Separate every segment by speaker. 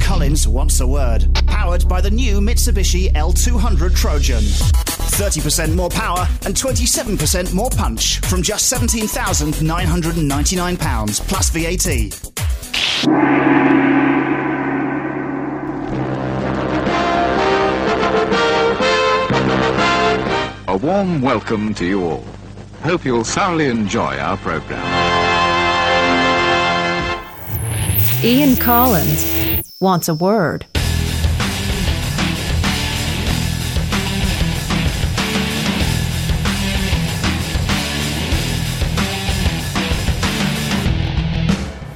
Speaker 1: Collins wants a word. Powered by the new Mitsubishi L200 Trojan. 30% more power and 27% more punch from just £17,999 plus VAT.
Speaker 2: A warm welcome to you all. Hope you'll thoroughly enjoy our program.
Speaker 3: Ian Collins wants a word.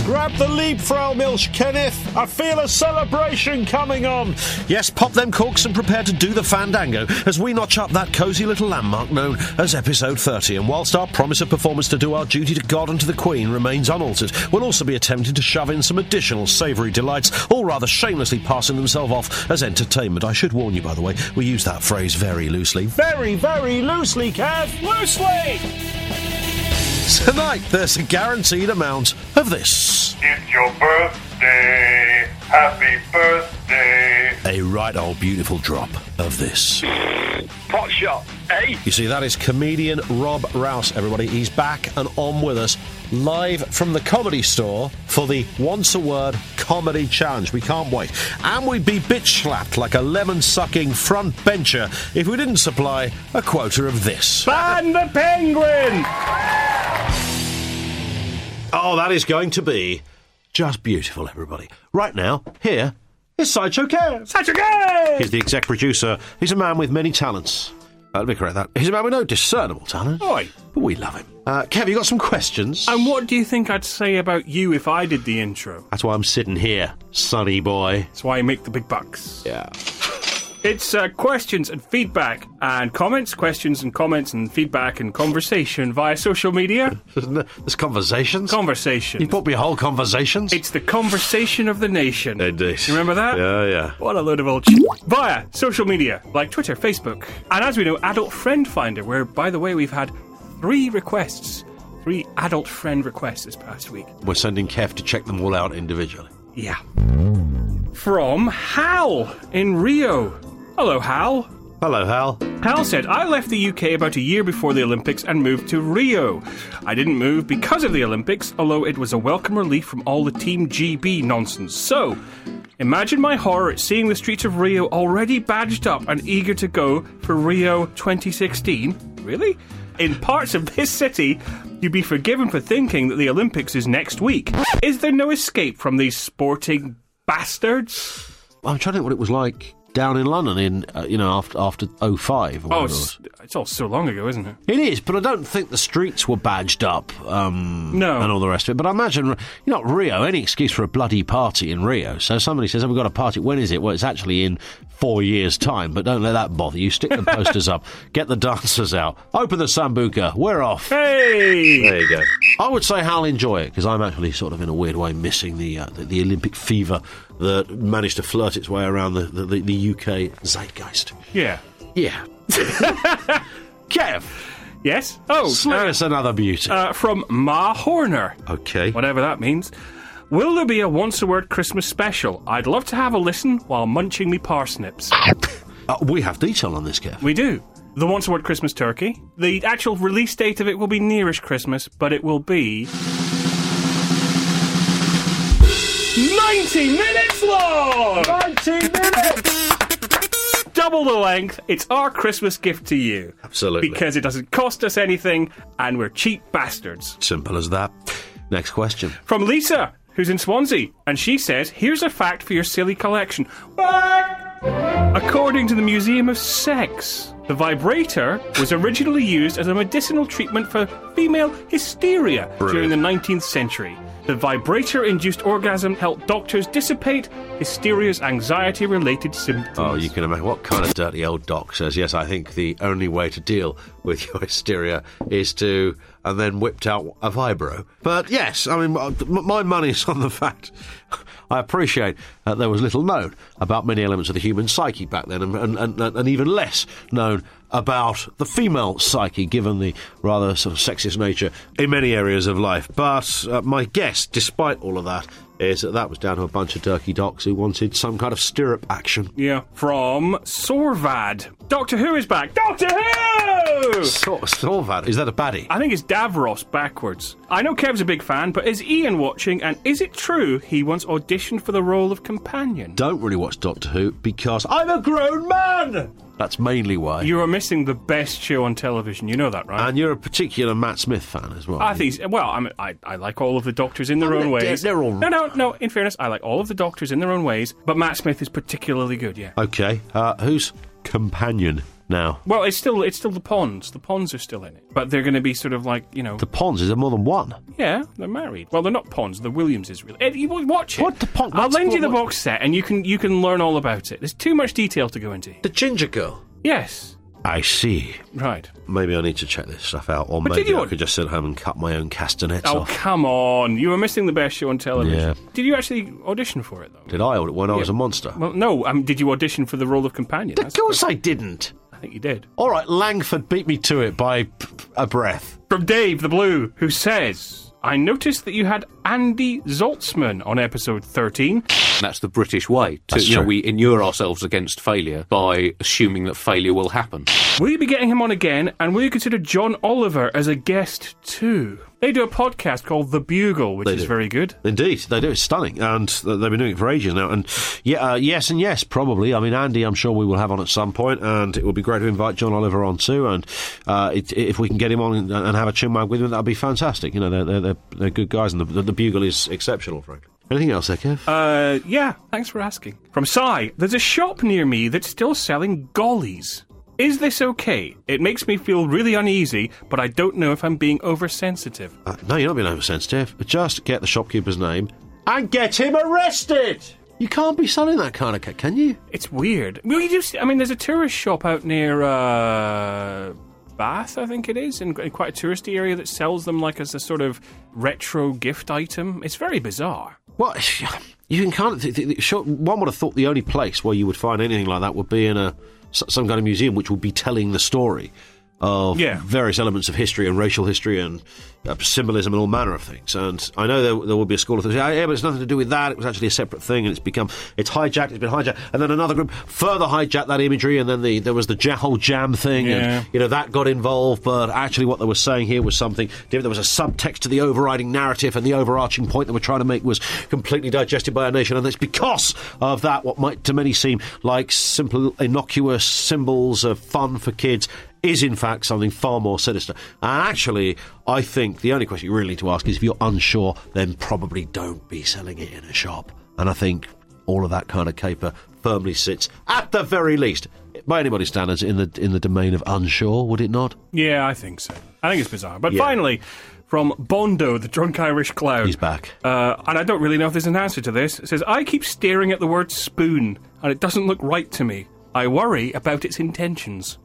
Speaker 4: Grab the leap, Frau Milch, Kenneth. I feel a celebration coming on.
Speaker 5: Yes, pop them corks and prepare to do the fandango as we notch up that cosy little landmark known as episode 30. And whilst our promise of performance to do our duty to God and to the Queen remains unaltered, we'll also be attempting to shove in some additional savoury delights, all rather shamelessly passing themselves off as entertainment. I should warn you, by the way, we use that phrase very loosely.
Speaker 4: Very, very loosely, Kev. Loosely!
Speaker 5: Tonight, there's a guaranteed amount of this.
Speaker 6: It's your birthday. Happy birthday.
Speaker 5: A right old beautiful drop of this.
Speaker 6: Pot shot, eh?
Speaker 5: You see, that is comedian Rob Rouse, everybody. He's back and on with us live from the comedy store for the Once a Word Comedy Challenge. We can't wait. And we'd be bitch slapped like a lemon sucking front bencher if we didn't supply a quota of this.
Speaker 4: Ban the penguin!
Speaker 5: Oh, that is going to be just beautiful, everybody. Right now, here is Sideshow Kev.
Speaker 4: Such a game!
Speaker 5: He's the exec producer. He's a man with many talents. Uh, let me correct that. He's a man with no discernible talent.
Speaker 4: Oi.
Speaker 5: But we love him. Uh, Kev, you got some questions?
Speaker 7: And what do you think I'd say about you if I did the intro?
Speaker 5: That's why I'm sitting here, sonny boy.
Speaker 7: That's why I make the big bucks.
Speaker 5: Yeah.
Speaker 7: It's uh, questions and feedback and comments, questions and comments and feedback and conversation via social media.
Speaker 5: There's conversations.
Speaker 7: Conversation.
Speaker 5: you put me whole conversations.
Speaker 7: It's the conversation of the nation.
Speaker 5: Indeed.
Speaker 7: You remember that?
Speaker 5: Yeah, yeah.
Speaker 7: What a load of old shit. Via social media, like Twitter, Facebook, and as we know, Adult Friend Finder, where, by the way, we've had three requests, three adult friend requests this past week.
Speaker 5: We're sending Kev to check them all out individually.
Speaker 7: Yeah. From Hal in Rio. Hello, Hal.
Speaker 5: Hello, Hal.
Speaker 7: Hal said, I left the UK about a year before the Olympics and moved to Rio. I didn't move because of the Olympics, although it was a welcome relief from all the Team GB nonsense. So, imagine my horror at seeing the streets of Rio already badged up and eager to go for Rio 2016. Really? In parts of this city, you'd be forgiven for thinking that the Olympics is next week. Is there no escape from these sporting bastards?
Speaker 5: I'm trying to think what it was like down in London in uh, you know after after 05 or whatever
Speaker 7: Oh,
Speaker 5: it was.
Speaker 7: it's, it's all so long ago, isn't it?
Speaker 5: It is, but I don't think the streets were badged up um,
Speaker 7: No.
Speaker 5: and all the rest of it. But I imagine, you know, Rio, any excuse for a bloody party in Rio. So somebody says, oh, we've got a party. When is it? Well, it's actually in four years' time, but don't let that bother you. Stick the posters up, get the dancers out, open the Sambuca, we're off.
Speaker 7: Hey!
Speaker 5: There you go. I would say Hal enjoy it because I'm actually sort of in a weird way missing the uh, the, the Olympic fever that managed to flirt its way around the, the, the, the UK zeitgeist.
Speaker 7: Yeah.
Speaker 5: Yeah. Kev,
Speaker 7: Yes? Oh,
Speaker 5: slay us another beauty.
Speaker 7: uh, from Ma Horner,
Speaker 5: okay.
Speaker 7: whatever that means. Will there be a once a word Christmas special? I'd love to have a listen while munching me parsnips.
Speaker 5: Uh, we have detail on this, Kev.
Speaker 7: We do. The once a word Christmas turkey. The actual release date of it will be nearish Christmas, but it will be. 90 minutes long! 90 minutes! Double the length. It's our Christmas gift to you.
Speaker 5: Absolutely.
Speaker 7: Because it doesn't cost us anything, and we're cheap bastards.
Speaker 5: Simple as that. Next question.
Speaker 7: from Lisa, who's in Swansea, and she says, "Here's a fact for your silly collection." What? According to the Museum of Sex, the vibrator was originally used as a medicinal treatment for female hysteria during the 19th century. The vibrator induced orgasm helped doctors dissipate hysteria's anxiety related symptoms.
Speaker 5: Oh, you can imagine what kind of dirty old doc says. Yes, I think the only way to deal with your hysteria is to, and then whipped out a vibro. But yes, I mean, m- my money's on the fact. I appreciate that there was little known about many elements of the human psyche back then, and, and, and, and even less known about the female psyche, given the rather sort of sexist nature in many areas of life. But uh, my guess, despite all of that, is that that was down to a bunch of turkey docks who wanted some kind of stirrup action.
Speaker 7: Yeah, from Sorvad. Doctor Who is back. Doctor Who!
Speaker 5: Sort of Sorvad. Is that a baddie?
Speaker 7: I think it's Davros backwards. I know Kev's a big fan, but is Ian watching? And is it true he once auditioned for the role of companion?
Speaker 5: don't really watch Doctor Who because I'm a grown man. That's mainly why.
Speaker 7: You are missing the best show on television. You know that, right?
Speaker 5: and you're a particular Matt Smith fan as well.
Speaker 7: I think, he's- well, I, mean, I, I like all of the doctors in their
Speaker 5: Oh,
Speaker 7: own
Speaker 5: they're-
Speaker 7: ways.
Speaker 5: they're all-
Speaker 7: No, no, no, in fairness, I like all of the doctors in their own ways, but Matt Smith is particularly good, yeah.
Speaker 5: Okay, uh, who's companion now?
Speaker 7: Well, it's still it's still the Ponds. The Ponds are still in it. But they're going to be sort of like, you know,
Speaker 5: The Pons, is there more than one?
Speaker 7: yeah, they're married. Well, they're not Ponds, the Williams is really. Ed, you wa- watch it.
Speaker 5: What the Pon-
Speaker 7: I'll
Speaker 5: what's-
Speaker 7: lend you the
Speaker 5: what-
Speaker 7: box set and you can you can learn all about it. There's too much detail to go into.
Speaker 5: The Ginger Girl.
Speaker 7: Yes.
Speaker 5: I see.
Speaker 7: Right.
Speaker 5: Maybe I need to check this stuff out, or
Speaker 7: But did
Speaker 5: maybe
Speaker 7: you-
Speaker 5: I could just sit at home and cut my own castanets
Speaker 7: Oh,
Speaker 5: off.
Speaker 7: come on. You were missing the best show on television.
Speaker 5: Yeah.
Speaker 7: Did you actually audition for it, though?
Speaker 5: Did I when I was a monster?
Speaker 7: Well, no. Um, did you audition for the role of companion?
Speaker 5: of
Speaker 7: That's-
Speaker 5: course I didn't.
Speaker 7: I think you did.
Speaker 5: All right, Langford beat me to it by p- p- a breath.
Speaker 7: From Dave the Blue, who says, I noticed that you had Andy Zoltzman on episode 13.
Speaker 8: That's the British way. To,
Speaker 5: That's
Speaker 8: you know,
Speaker 5: true.
Speaker 8: we inure ourselves against failure by assuming that failure will happen.
Speaker 7: Will you be getting him on again? And will you consider John Oliver as a guest too? They do a podcast called The Bugle, which
Speaker 5: They
Speaker 7: is
Speaker 5: do.
Speaker 7: very good.
Speaker 5: Indeed, they do. It's stunning, and th- they've been doing it for ages now. And yeah, uh, yes, and yes, probably. I mean, Andy, I'm sure we will have on at some point, and it would be great to invite John Oliver on too. And uh, it, if we can get him on and, and have a chinwag with him, that'd be fantastic. You know, they're, they're, they're, they're good guys, and the, the, bugle is exceptional, frankly. Anything else, there, Kev?
Speaker 7: Uh, yeah, thanks for asking. From Sai, there's a shop near me that's still selling gollies. Is this okay? It makes me feel really uneasy, but I don't know if I'm being oversensitive.
Speaker 5: Uh, no, you're not being oversensitive. Just get the shopkeeper's name and get him arrested. You can't be selling that kind of cat, can you?
Speaker 7: It's weird. Well, you just, I mean, there's a tourist shop out near uh, Bath, I think it is, in, in quite a touristy area that sells them like as a sort of retro gift item. It's very bizarre.
Speaker 5: Well, you can kind of. Th- th- th- sure, one would have thought the only place where you would find anything like that would be in a s- some kind of museum, which would be telling the story of
Speaker 7: Yeah.
Speaker 5: various elements of history and racial history and uh, symbolism and all manner of things. And I know there, there will be a school of things. Yeah, yeah, but it's nothing to do with that. It was actually a separate thing, and it's become it's hijacked. It's been hijacked, and then another group further hijacked that imagery, and then the there was the ja- whole jam thing,
Speaker 7: Yeah.
Speaker 5: and you know that got involved. But actually, what they were saying here was something different. There was a subtext to the overriding narrative, and the overarching point they were trying to make was completely digested by our nation. And it's because of that, what might to many seem like simple, innocuous symbols of fun for kids is in fact something far more sinister. And actually, I think the only question you really need to ask is if you're unsure, then probably don't be selling it in a shop. And I think all of that kind of caper firmly sits, at the very least, by anybody's standards, in the in the domain of unsure, would it not?
Speaker 7: Yeah, I think so. I think it's bizarre. But
Speaker 5: Yeah.
Speaker 7: finally, from Bondo, the drunk Irish clown.
Speaker 5: He's back.
Speaker 7: Uh, and I don't really know if there's an answer to this. It says, I keep staring at the word spoon, and it doesn't look right to me. I worry about its intentions.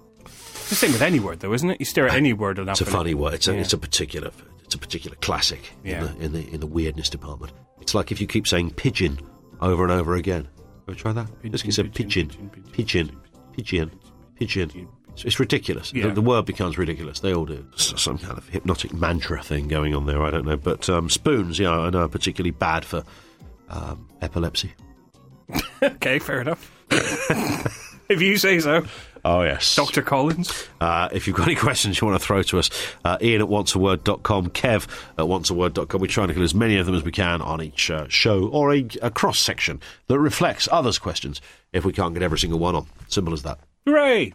Speaker 7: It's the same with any word, though, isn't it? You stare at any word
Speaker 5: It's
Speaker 7: enough.
Speaker 5: a
Speaker 7: and-
Speaker 5: funny word. It's a,
Speaker 7: Yeah.
Speaker 5: it's a particular it's a particular classic
Speaker 7: Yeah.
Speaker 5: in, the, in the in the weirdness department. It's like if you keep saying pigeon over and over again. Ever try that? Just keep saying
Speaker 7: pigeon,
Speaker 5: pigeon, pigeon, pigeon, pigeon. It's- It's ridiculous.
Speaker 7: Yeah.
Speaker 5: The, the word becomes ridiculous. They all do. S- Some kind of hypnotic mantra thing going on there. I don't know. But um, spoons, yeah, I know, are particularly bad for um, epilepsy.
Speaker 7: Okay, fair enough. if you say so,
Speaker 5: Oh yes,
Speaker 7: Dr. Collins.
Speaker 5: Uh, if you've got any questions you want to throw to us, uh, Ian at onceaword.com, Kev at onceaword.com. We try and include as many of them as we can on each uh, show or a, a cross section that reflects others' questions if we can't get every single one on. Simple as that.
Speaker 7: Hooray!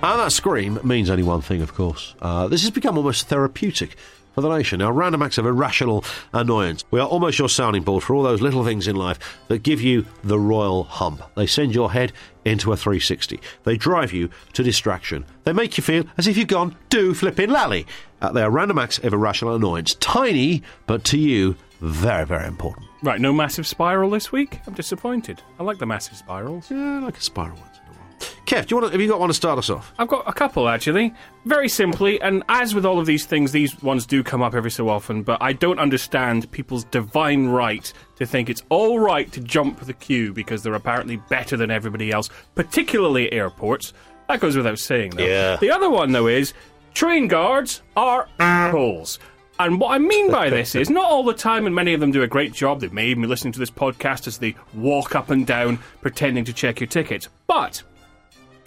Speaker 5: And that scream means only one thing, of course. Uh, this has become almost therapeutic for the nation. Now, random acts of irrational annoyance. We are almost your sounding board for all those little things in life that give you the royal hump. They send your head into a 360. They drive you to distraction. They make you feel as if you've gone do flipping lally. Uh, they are random acts of irrational annoyance. Tiny, but to you, very, very important.
Speaker 7: Right, no massive spiral this week? I'm disappointed. I like the massive spirals.
Speaker 5: Yeah, like a spiral once in a while. Kev, do you want to, have you got one to start us off?
Speaker 7: I've got a couple actually. Very simply, and as with all of these things, these ones do come up every so often, but I don't understand people's divine right to think it's all right to jump the queue because they're apparently better than everybody else, particularly at airports. That goes without saying, though.
Speaker 5: Yeah.
Speaker 7: The other one, though, is train guards are assholes. And what I mean by this is, not all the time, and many of them do a great job. They may even be listening to this podcast as they walk up and down pretending to check your tickets. But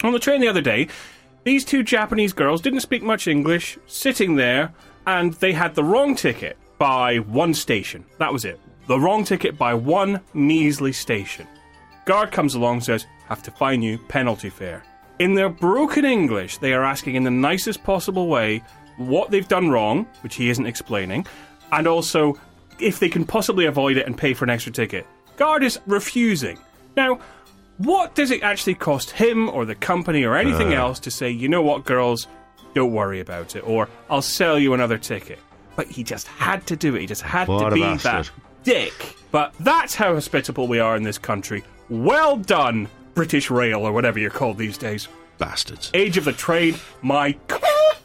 Speaker 7: on the train the other day, these two Japanese girls didn't speak much English, sitting there, and they had the wrong ticket by one station. That was it. The wrong ticket by one measly station. Guard comes along and says, Have to fine you, penalty fare. In their broken English, they are asking in the nicest possible way what they've done wrong, which he isn't explaining, and also if they can possibly avoid it and pay for an extra ticket. Guard is refusing. Now, what does it actually cost him or the company or anything
Speaker 5: Uh.
Speaker 7: else to say, you know what, girls, don't worry about it, or I'll sell you another ticket? But he just had to do it. He just had
Speaker 5: What
Speaker 7: to
Speaker 5: a
Speaker 7: be
Speaker 5: bastard.
Speaker 7: that dick. But that's how hospitable we are in this country. Well done, British Rail, or whatever you're called these days.
Speaker 5: Bastards.
Speaker 7: Age of the Trade, my. c-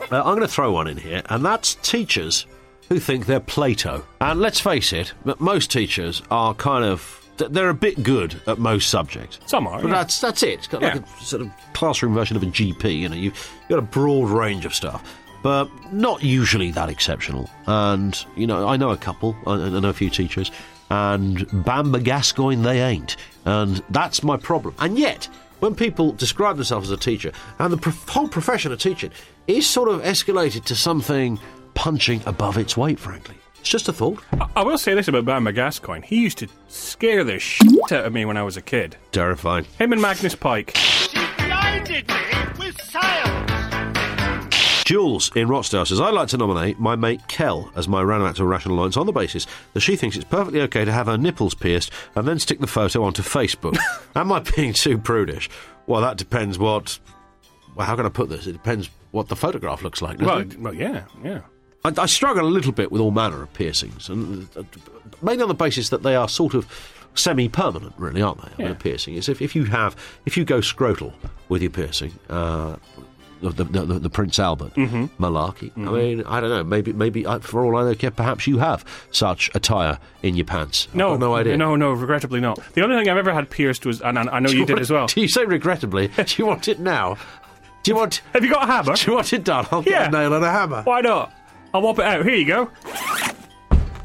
Speaker 5: Uh, I'm going to throw one in here, and that's teachers who think they're Plato. And let's face it, m- most teachers are kind of. th- They're a bit good at most subjects.
Speaker 7: Some are,
Speaker 5: But
Speaker 7: yeah.
Speaker 5: that's, that's it. It's got like
Speaker 7: Yeah.
Speaker 5: a sort of classroom version of a GP, you know. You've got a broad range of stuff, but not usually that exceptional. And, you know, I know a couple, I, I know a few teachers, and Bamba Gascoigne they ain't. And that's my problem. And yet, when people describe themselves as a teacher, and the prof- whole profession of teaching is sort of escalated to something punching above its weight, frankly. It's just a thought.
Speaker 7: I- I will say this about Bamba Gascoigne. He used to scare the shit out of me when I was a kid.
Speaker 5: Terrifying.
Speaker 7: Him and Magnus Pike.
Speaker 5: Jules in Rochdale says, I'd like to nominate my mate Kel as my random act of rational alliance on the basis that she thinks it's perfectly okay to have her nipples pierced and then stick the photo onto Facebook. Am I being too prudish? Well, that depends what. Well, how can I put this? It depends what the photograph looks like. doesn't
Speaker 7: Well,
Speaker 5: it?
Speaker 7: well, yeah, yeah.
Speaker 5: I, I struggle a little bit with all manner of piercings, and uh, mainly on the basis that they are sort of semi-permanent, really, aren't they? I mean,
Speaker 7: Yeah.
Speaker 5: a piercing is if, if you have if you go scrotal with your piercing, uh, the, the, the, the Prince Albert
Speaker 7: Mm-hmm.
Speaker 5: malarkey. I mean, I don't know. Maybe maybe uh, for all I know, Kev, perhaps you have such attire in your pants. I've
Speaker 7: No,
Speaker 5: got no idea.
Speaker 7: No, no, regrettably not. The only thing I've ever had pierced was, and I I know you did as well.
Speaker 5: Do you say regrettably? Do you want it now? Do you want?
Speaker 7: Have you got a hammer?
Speaker 5: Do you want it done? I'll get
Speaker 7: Yeah.
Speaker 5: a nail and a hammer.
Speaker 7: Why not? I'll whop it out. Here you go.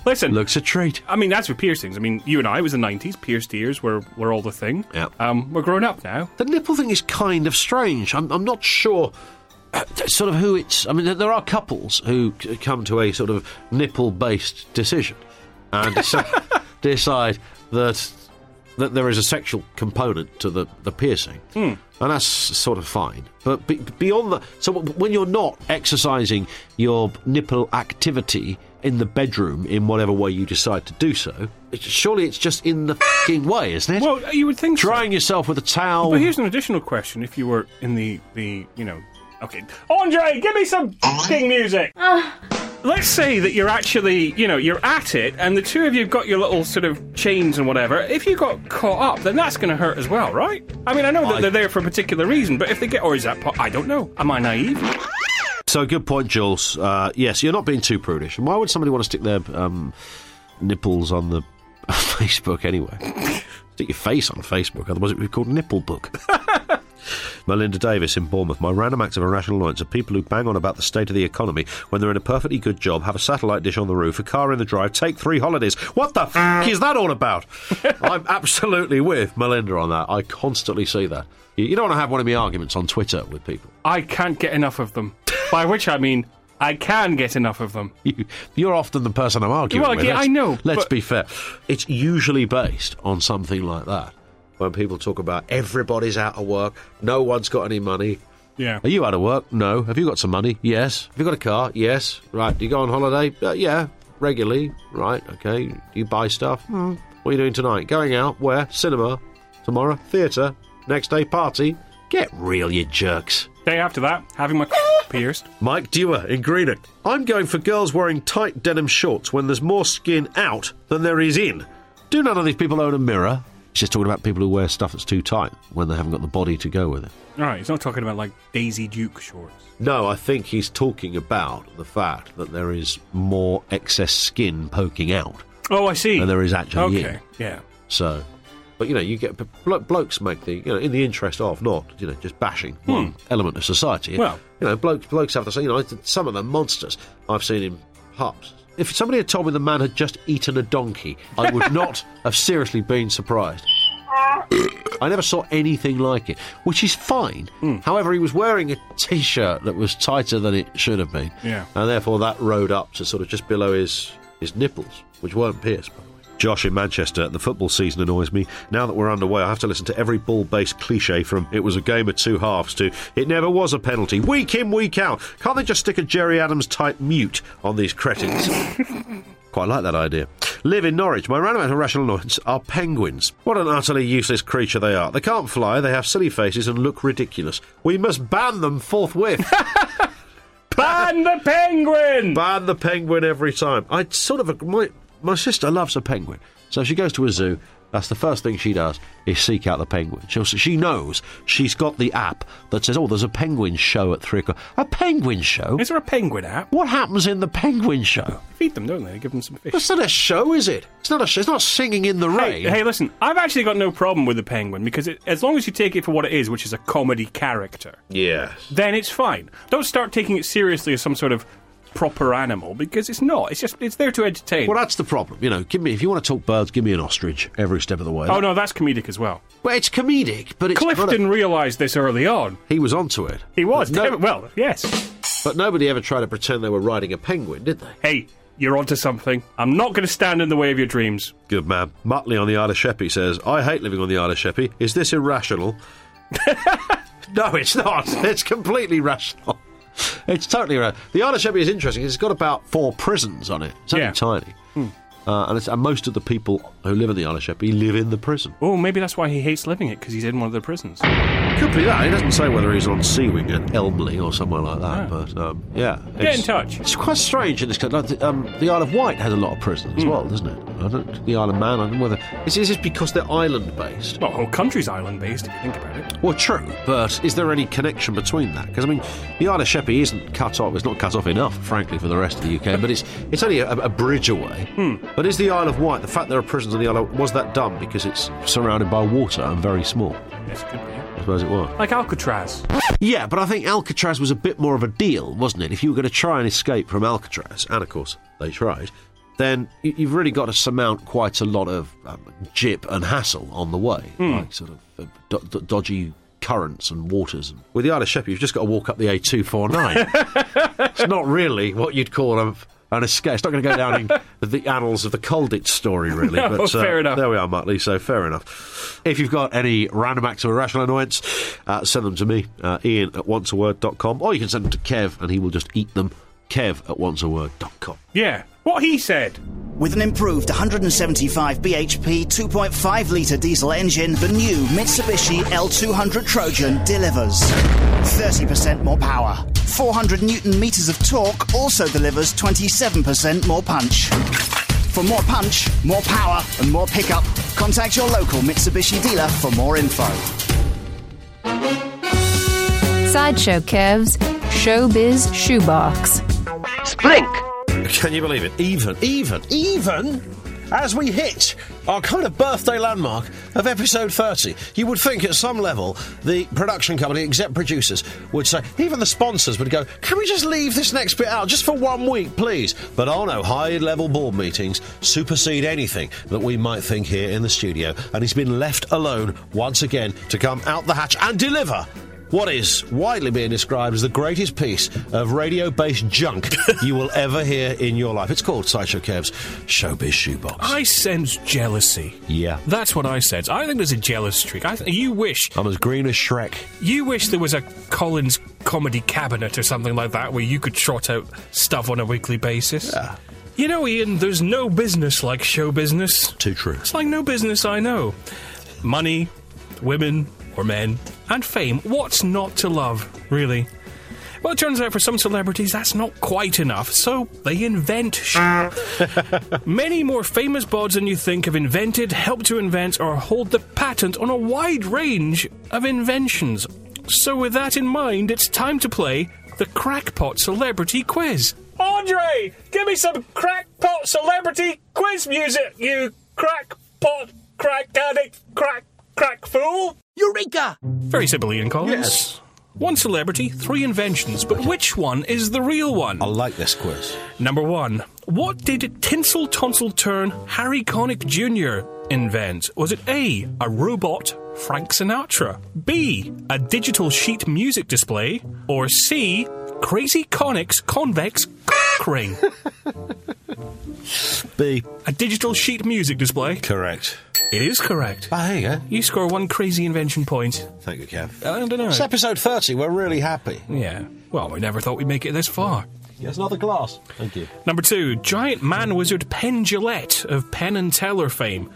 Speaker 7: Listen,
Speaker 5: Looks a treat.
Speaker 7: I mean, that's with piercings. I mean, you and I it was the '90s. Pierced ears were were all the thing.
Speaker 5: Yeah.
Speaker 7: Um, we're grown up now.
Speaker 5: The nipple thing is kind of strange. I'm, I'm not sure. uh, Sort of who it's. I mean, there- there are couples who c- come to a sort of nipple-based decision and deci- decide that that there is a sexual component to the the piercing,
Speaker 7: Hmm.
Speaker 5: and that's sort of fine. But be, beyond that, so w- when you're not exercising your nipple activity in the bedroom in whatever way you decide to do so, it's- surely it's just in the fing way, isn't it?
Speaker 7: Well, you would think. so.
Speaker 5: drying yourself with a towel.
Speaker 7: But here's an additional question: If you were in the the you know, okay, Andre, give me some fucking music. Let's say that you're actually you know you're at it, and the two of you've got your little sort of chains and whatever. If you got caught up, then that's going to hurt as well, right? I mean, I know that
Speaker 5: I-
Speaker 7: they're there for a particular reason, but if they get or is that part, I don't know. Am I naive?
Speaker 5: So good point, Jules. Uh, yes, you're not being too prudish. And why would somebody want to stick their um, nipples on the Facebook anyway? stick your face on Facebook, otherwise it would be called nipple book. Melinda Davis in Bournemouth. My random acts of irrational annoyance are people who bang on about the state of the economy when they're in a perfectly good job, have a satellite dish on the roof, a car in the drive, take three holidays. What the f- is that all about? I'm absolutely with Melinda on that. I constantly see that. You you don't want to have one of my arguments on Twitter with people.
Speaker 7: I can't get enough of them. By which I mean, I can get enough of them.
Speaker 5: You, you're often the person I'm arguing
Speaker 7: Well,
Speaker 5: with.
Speaker 7: yeah,
Speaker 5: Let's-
Speaker 7: I know,
Speaker 5: Let's
Speaker 7: but-
Speaker 5: be fair. It's usually based on something like that. When people talk about everybody's out of work, no one's got any money.
Speaker 7: Yeah.
Speaker 5: Are you out of work? No. Have you got some money? Yes. Have you got a car? Yes. Right. Do you go on holiday? Uh, yeah. Regularly. Right. Okay. Do you buy stuff?
Speaker 7: Hmm.
Speaker 5: Mm. What are you doing tonight? Going out? Where? Cinema. Tomorrow? Theatre. Next day? Party. Get real, you jerks.
Speaker 7: Day after that, having my pierced.
Speaker 5: Mike Dewar in Greenock. I'm going for girls wearing tight denim shorts when there's more skin out than there is in. Do none of these people own a mirror? He's just talking about people who wear stuff that's too tight when they haven't got the body to go with it.
Speaker 7: All right, he's not talking about like Daisy Duke shorts.
Speaker 5: No, I think he's talking about the fact that there is more excess skin poking out
Speaker 7: Oh, I see.
Speaker 5: than there is actually
Speaker 7: okay.
Speaker 5: in.
Speaker 7: Yeah.
Speaker 5: So, but you know, you get blo- blokes make the you know in the interest of not you know just bashing one element of society.
Speaker 7: Well-
Speaker 5: you know, blokes blokes have the same. You know, some of the monsters I've seen in pubs If somebody had told me the man had just eaten a donkey, I would not have seriously been surprised. I never saw anything like it, which is fine. However, he was wearing a t shirt that was tighter than it should have been.
Speaker 7: Yeah.
Speaker 5: And therefore, that rode up to sort of just below his, his nipples, which weren't pierced, by the way. Josh in Manchester, the football season annoys me. Now that we're underway, I have to listen to every ball based cliche from it was a game of two halves to it never was a penalty. Week in, week out. Can't they just stick a Jerry Adams type mute on these cretins? Quite like that idea. Live in Norwich. My random and irrational annoyance are penguins. What an utterly useless creature they are. They can't fly, they have silly faces and look ridiculous. We must ban them forthwith.
Speaker 7: Ban the penguin!
Speaker 5: ban the penguin every time. I sort of ag- my my sister loves a penguin, so she goes to a zoo. That's the first thing she does is seek out the penguin. She'll, she knows she's got the app that says, "Oh, there's a penguin show at three o'clock." A penguin show.
Speaker 7: Is there a penguin app?
Speaker 5: what happens in the penguin show?
Speaker 7: Feed them, don't they? Give them some fish.
Speaker 5: It's not a show, is it? It's not a show. It's not singing in the rain.
Speaker 7: Hey, hey, listen, I've actually got no problem with the penguin because it, as long as you take it for what it is, which is a comedy character,
Speaker 5: Yeah.
Speaker 7: then it's fine. Don't start taking it seriously as some sort of proper animal because it's not. It's just it's there to entertain.
Speaker 5: Well, that's the problem. You know, give me if you want to talk birds, give me an ostrich every step of the way.
Speaker 7: oh no, that's comedic as well.
Speaker 5: Well, it's comedic, but it's not a-
Speaker 7: Clifton realised this early on.
Speaker 5: he was onto it.
Speaker 7: He was.
Speaker 5: But, no-
Speaker 7: Well, yes.
Speaker 5: but nobody ever tried to pretend they were riding a penguin, did they?
Speaker 7: Hey, you're onto something. I'm not going to stand in the way of your dreams.
Speaker 5: Good man. Muttley on the Isle of Sheppey says, I hate living on the Isle of Sheppey. Is this irrational? no, it's not. It's completely rational. It's totally irrational. The Isle of Sheppey is interesting. 'cause It's got about four prisons on it. It's only
Speaker 7: Yeah. Hmm.
Speaker 5: tiny. Uh, and, it's, and most of the people who live in the Isle of Sheppey live in the prison.
Speaker 7: Oh, maybe that's why he hates living it because he's in one of the prisons.
Speaker 5: Could be that. He doesn't say whether he's on Seawing at Elmley or somewhere like that. But um, yeah,
Speaker 7: Ah. Get in
Speaker 5: it's-
Speaker 7: touch.
Speaker 5: It's quite strange in this country. Like the, um, the Isle of Wight has a lot of prisons
Speaker 7: Hmm.
Speaker 5: as well, doesn't it? I don't, the Isle of Man. I don't know whether is, is this because they're island based?
Speaker 7: Well, whole country's island based, if you think about it.
Speaker 5: Well, true, but is there any connection between that? Because I mean, the Isle of Sheppey isn't cut off. It's not cut off enough, frankly, for the rest of the UK. But it's it's only a, a bridge away.
Speaker 7: Hmm.
Speaker 5: But is the Isle of Wight the fact there are prisons on the Isle of, was that done because it's surrounded by water and very small?
Speaker 7: Yes, could be.
Speaker 5: I suppose it was.
Speaker 7: Like Alcatraz.
Speaker 5: Yeah, but I think Alcatraz was a bit more of a deal, wasn't it? If you were going to try and escape from Alcatraz, and of course they tried, then y- you've really got to surmount quite a lot of um, jip and hassle on the way, like sort of uh, do- do- dodgy currents and waters. With the Isle of Sheppey, you've just got to walk up the A249. it's not really what you'd call a, an escape. It's not going to go down in the annals of the Colditz story, really.
Speaker 7: No,
Speaker 5: but, uh,
Speaker 7: fair enough.
Speaker 5: There we are, Muttley, so fair enough. If you've got any random acts of irrational annoyance, uh, send them to me, uh, ian at onceaword.com, or you can send them to Kev and he will just eat them, kev at onceaword.com.
Speaker 7: Yeah. What he said.
Speaker 1: With an improved 175 bhp 2.5 litre diesel engine, the new Mitsubishi L200 Trojan delivers 30% more power. 400 newton meters of torque also delivers 27% more punch. For more punch, more power, and more pickup, contact your local Mitsubishi dealer for more info.
Speaker 3: Sideshow Kev's Showbiz Shoebox.
Speaker 5: Can you believe it? Even, even, even as we hit our kind of birthday landmark of episode 30, you would think at some level the production company, except producers, would say, even the sponsors would go, can we just leave this next bit out just for one week, please? But oh no, high level board meetings supersede anything that we might think here in the studio, and he's been left alone once again to come out the hatch and deliver what is widely being described as the greatest piece of radio based junk you will ever hear in your life. It's called Sideshow Kev's Showbiz Shoebox.
Speaker 9: I sense jealousy.
Speaker 5: yeah.
Speaker 9: That's what I sense. I think there's a jealous streak. I th- you wish
Speaker 5: I'm as green as Shrek.
Speaker 9: you wish there was a Collins comedy cabinet or something like that where you could trot out stuff on a weekly basis.
Speaker 5: Yeah.
Speaker 9: You know, Ian, there's no business like show business.
Speaker 5: Too true.
Speaker 9: It's like no business I know. Money, women or men, and fame. What's not to love, really? Well, it turns out for some celebrities that's not quite enough, so they invent sh- Many more famous bods than you think have invented, helped to invent, or hold the patent on a wide range of inventions. So, with that in mind, it's time to play the Crackpot Celebrity Quiz.
Speaker 7: Andre, give me some crackpot celebrity quiz music, you crackpot, crack addict, crack, crack fool.
Speaker 9: Eureka! Very simple, Ian Collins.
Speaker 5: Yes.
Speaker 9: One celebrity, three inventions, but which one is the real one?
Speaker 5: I like this quiz.
Speaker 9: Number one,
Speaker 7: What did tinsel tonsil turn Harry Connick Jr. invent? Was it A, a robot, Frank Sinatra, B, a digital sheet music display, or C, Crazy Connick's convex cock ring?
Speaker 5: B.
Speaker 7: A digital sheet music display?
Speaker 5: Correct.
Speaker 7: It is correct.
Speaker 5: Ah, there you go.
Speaker 7: You score one crazy invention point.
Speaker 5: Thank you, Kev.
Speaker 7: I don't know.
Speaker 5: It's episode 30. We're really happy.
Speaker 7: Yeah. Well, we never thought we'd make it this far.
Speaker 5: Here's another glass. Thank you.
Speaker 7: Number two, giant man wizard Penn Gillette of Penn and Teller fame.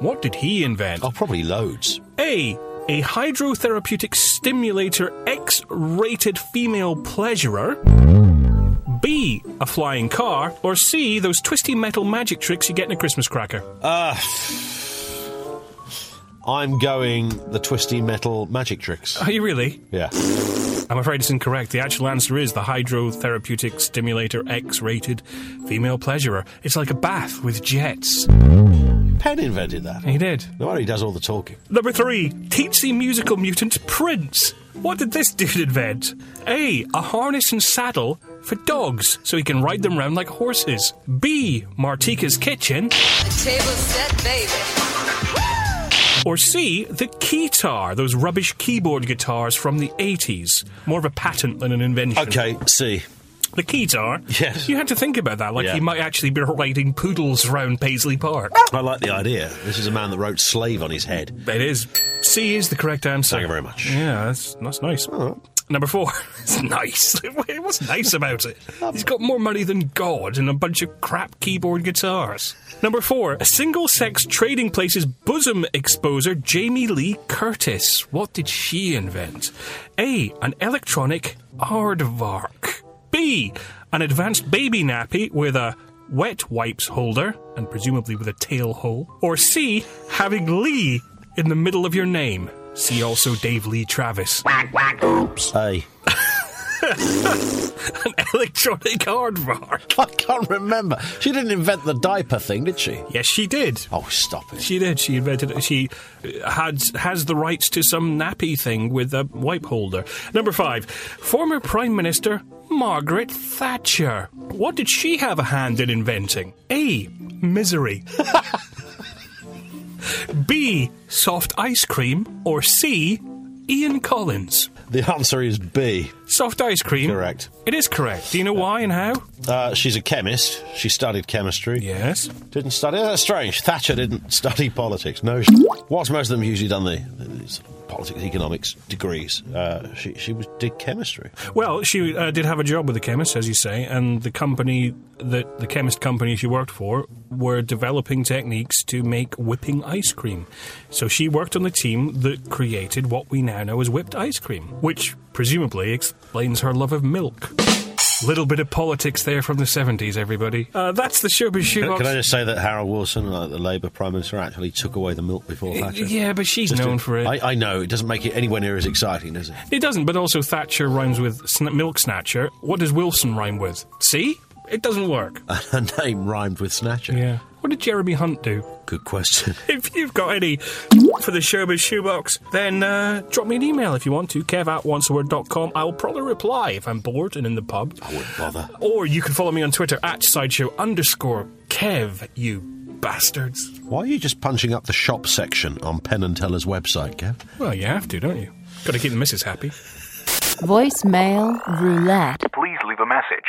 Speaker 7: What did he invent?
Speaker 5: Oh, probably loads.
Speaker 7: A. A hydrotherapeutic stimulator X rated female pleasurer. B. A flying car. Or C. Those twisty metal magic tricks you get in a Christmas cracker.
Speaker 5: Uh, I'm going the twisty metal magic tricks.
Speaker 7: Are you really?
Speaker 5: Yeah.
Speaker 7: I'm afraid it's incorrect. The actual answer is the hydrotherapeutic stimulator X rated female pleasurer. It's like a bath with jets.
Speaker 5: Penn invented that.
Speaker 7: He did.
Speaker 5: No wonder he does all the talking.
Speaker 7: Number three, teensy musical mutant Prince. What did this dude invent? A. A harness and saddle for dogs so he can ride them round like horses. B. Martika's kitchen.
Speaker 10: Table set, baby.
Speaker 7: Or C. The keytar, those rubbish keyboard guitars from the 80s. More of a patent than an invention.
Speaker 5: Okay, C.
Speaker 7: The keytar?
Speaker 5: Yes.
Speaker 7: You had to think about that, like
Speaker 5: Yeah.
Speaker 7: he might actually be riding poodles round Paisley Park.
Speaker 5: I like the idea. This is a man that wrote slave on his head.
Speaker 7: It is. C is the correct answer.
Speaker 5: Thank you very much.
Speaker 7: Yeah, that's, that's nice. Number four. It's nice. What's nice about it? He's got more money than God and a bunch of crap keyboard guitars. Number four. A single sex trading place's bosom exposer, Jamie Lee Curtis. What did she invent? A. An electronic aardvark. B. An advanced baby nappy with a wet wipes holder and presumably with a tail hole. Or C. Having Lee in the middle of your name. See also Dave Lee Travis.
Speaker 5: A.
Speaker 7: an electronic aardvark.
Speaker 5: I can't remember. She didn't invent the diaper thing, did she?
Speaker 7: Yes, she did.
Speaker 5: Oh, stop it.
Speaker 7: She did. She invented it. She uh, had has the rights to some nappy thing with a wipe holder. Number five, former Prime Minister Margaret Thatcher. What did she have a hand in inventing? A. Misery. B. Soft ice cream. Or C. Ian Collins.
Speaker 5: The answer is B.
Speaker 7: Soft ice cream.
Speaker 5: Correct.
Speaker 7: It is correct. Do you know why and how?
Speaker 5: Uh, she's a chemist. She studied chemistry.
Speaker 7: Yes.
Speaker 5: Didn't study. That's strange. Thatcher didn't study politics. No. She, whilst most of them usually done the, the sort of politics, economics degrees, uh, she she was, did chemistry.
Speaker 7: Well, she uh, did have a job with the chemist, as you say, and the company that the chemist company she worked for were developing techniques to make whipping ice cream. So she worked on the team that created what we now know as whipped ice cream, which presumably explains her love of milk. Little bit of politics there from the 70s, everybody. Uh, that's the showbiz
Speaker 5: Can,
Speaker 7: shoebox.
Speaker 5: can I just say that Harold Wilson, uh, the Labour Prime Minister, actually took away the milk before Thatcher?
Speaker 7: yeah, but she's
Speaker 5: Just
Speaker 7: known
Speaker 5: in-
Speaker 7: for it.
Speaker 5: I, I know. It doesn't make it anywhere near as exciting, does it?
Speaker 7: It doesn't, but also Thatcher rhymes with sn- milk snatcher. What does Wilson rhyme with? See? It doesn't work.
Speaker 5: Her name rhymed with Snatcher.
Speaker 7: Yeah. What did Jeremy Hunt do?
Speaker 5: Good question.
Speaker 7: If you've got any for the Showbiz Shoebox, then uh, drop me an email if you want to, kev at onceword.com. I'll probably reply if I'm bored and in the pub.
Speaker 5: I wouldn't bother.
Speaker 7: Or you can follow me on Twitter at sideshow underscore kev, you bastards.
Speaker 5: Why are you just punching up the shop section on Penn and Teller's website, Kev?
Speaker 7: Well, you have to, don't you? Got to keep the missus happy.
Speaker 3: Voicemail roulette.
Speaker 6: Please leave a message.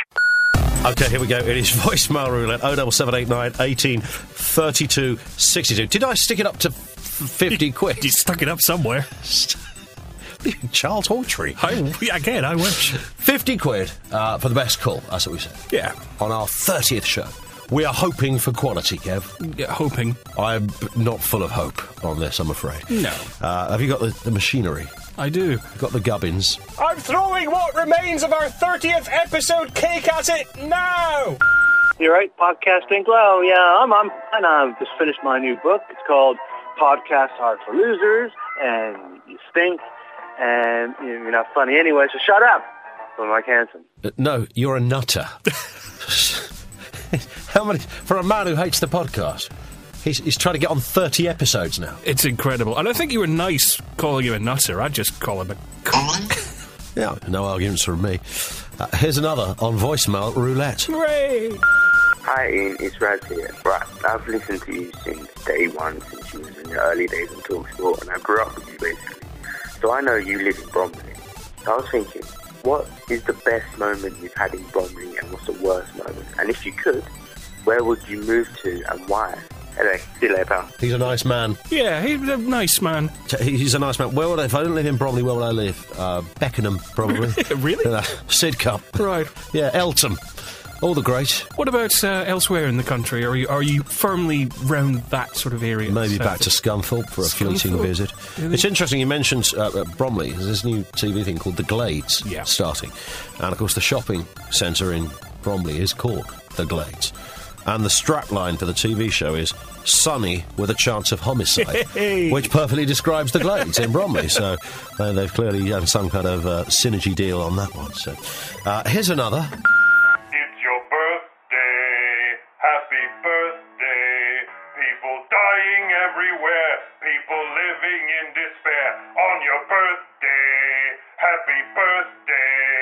Speaker 5: Okay, here we go. It is voicemail roulette 07789 18 32 62. Did I stick it up to f- 50 quid?
Speaker 7: You stuck it up somewhere.
Speaker 5: Charles Hawtrey.
Speaker 7: I, again, I wish.
Speaker 5: 50 quid uh, for the best call, that's what we said.
Speaker 7: Yeah.
Speaker 5: On our 30th show. We are hoping for quality, Kev.
Speaker 7: yeah. Hoping.
Speaker 5: I'm b- not full of hope on this, I'm afraid.
Speaker 7: No.
Speaker 5: Uh, have you got the, the machinery?
Speaker 7: I do.
Speaker 5: You've got the gubbins?
Speaker 11: I'm throwing what remains of our 30th episode cake at it now!
Speaker 12: You're right, podcasting. Hello, yeah, I'm, I'm, and I've just finished my new book. It's called Podcasts Are for Losers, and you stink, and you- you're not funny anyway, so shut up. From Mike Hansen.
Speaker 5: Uh, No, you're a nutter. How many? For a man who hates the podcast, he's, he's trying to get on 30 episodes now.
Speaker 7: It's incredible. And I think you were nice calling him a nutter. I'd just call him a cunt.
Speaker 5: Yeah, no arguments from me. Uh, here's another on voicemail roulette.
Speaker 7: Hooray!
Speaker 13: Hi Ian, E, it's Raz here. Right, I've listened to you since day one, since you was in the early days of Talksport, and I grew up with you basically. So I know you live in Bromley. I was thinking, what is the best moment you've had in Bromley, and what's the worst moment? And if you could, where would you move to, and why? Hello, see you later, pal.
Speaker 5: He's a nice man.
Speaker 9: Yeah, he's a nice man.
Speaker 5: He's a nice man. Where would I, if I don't live in Bromley, where would I live? Uh, Beckenham, probably.
Speaker 9: really?
Speaker 5: Uh, Sidcup.
Speaker 9: Right.
Speaker 5: Yeah, Eltham. All the great.
Speaker 9: What about uh, elsewhere in the country? Are you are you firmly round that sort of area?
Speaker 5: Maybe
Speaker 9: So-
Speaker 5: back to Scunthorpe for a fleeting
Speaker 9: Scunthorpe?
Speaker 5: visit.
Speaker 9: Really?
Speaker 5: It's interesting you mentioned uh, uh, Bromley. There's this new TV thing called The Glades starting. And of course, the shopping centre in Bromley is called The Glades. And the strapline for the TV show is sunny with a chance of homicide,
Speaker 9: Hey.
Speaker 5: which perfectly describes the Glades in Bromley. So uh, they've clearly done some kind of uh, synergy deal on that one. So uh, here's another.
Speaker 6: It's your birthday. Happy birthday. People dying everywhere. People living in despair. On your birthday. Happy birthday.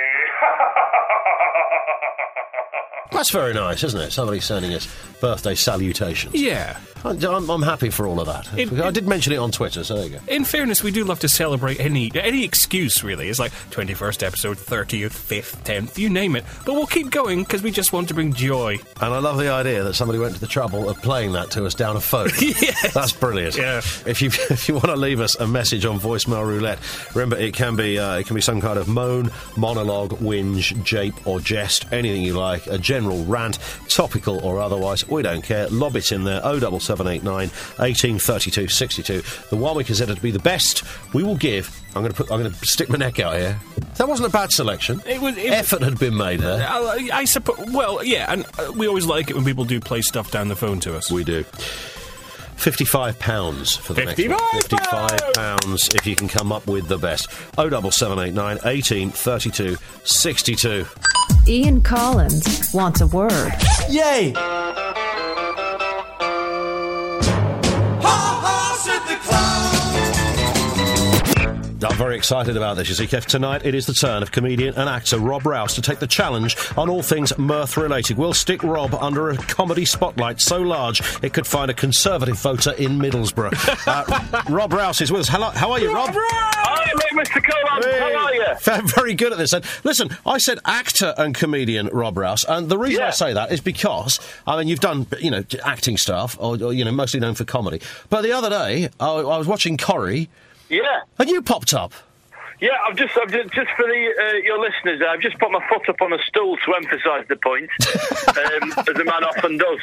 Speaker 5: That's very nice, isn't it? Somebody sending us birthday salutations.
Speaker 9: Yeah.
Speaker 5: I'm, I'm- I'm happy for all of that. I did mention it on Twitter, so there you go.
Speaker 9: In fairness, we do love to celebrate any any excuse really. It's like twenty first episode, thirtieth, fifth, tenth, you name it. But we'll keep going because we just want to bring joy.
Speaker 5: And I love the idea that somebody went to the trouble of playing that to us down a phone. That's brilliant. Yeah. If you if you want to leave us a message on voicemail roulette, remember it can be uh, it can be some kind of moan, monologue, whinge, jape or jest, anything you like, a general rant, topical or otherwise. We don't care. Lob it in there. 07789 1832 62. The one we consider to be the best, we will give. I'm going to put I'm going to stick my neck out here. That wasn't a bad selection.
Speaker 9: It was- it was-
Speaker 5: Effort had been made there.
Speaker 9: I, I suppose. Well, yeah, and uh, we always like it when people do play stuff down the phone to us.
Speaker 5: We do. Fifty-five pounds for the next one. Fifty-five pounds if you can come up with the best. Oh double seven eight nine eighteen thirty-two sixty-two.
Speaker 3: Ian Collins wants a word.
Speaker 5: Yay! I'm very excited about this, you see, Kev. Tonight it is the turn of comedian and actor Rob Rouse to take the challenge on all things mirth related. We'll stick Rob under a comedy spotlight so large it could find a conservative voter in Middlesbrough. Uh, Rob Rouse is with us. Hello, how are you, Rob?
Speaker 12: Hi, mate, Mr. Collins. How are you?
Speaker 5: I'm very good at this. And listen, I said actor and comedian Rob Rouse, and the reason I say that is because I mean you've done you know acting stuff, or, or you know mostly known for comedy. But the other day I, I was watching Corrie,
Speaker 12: Yeah,
Speaker 5: and you popped up.
Speaker 12: yeah. I've just, I've just, just for the, uh, your listeners, I've just put my foot up on a stool to emphasise the point, um, as a man often does.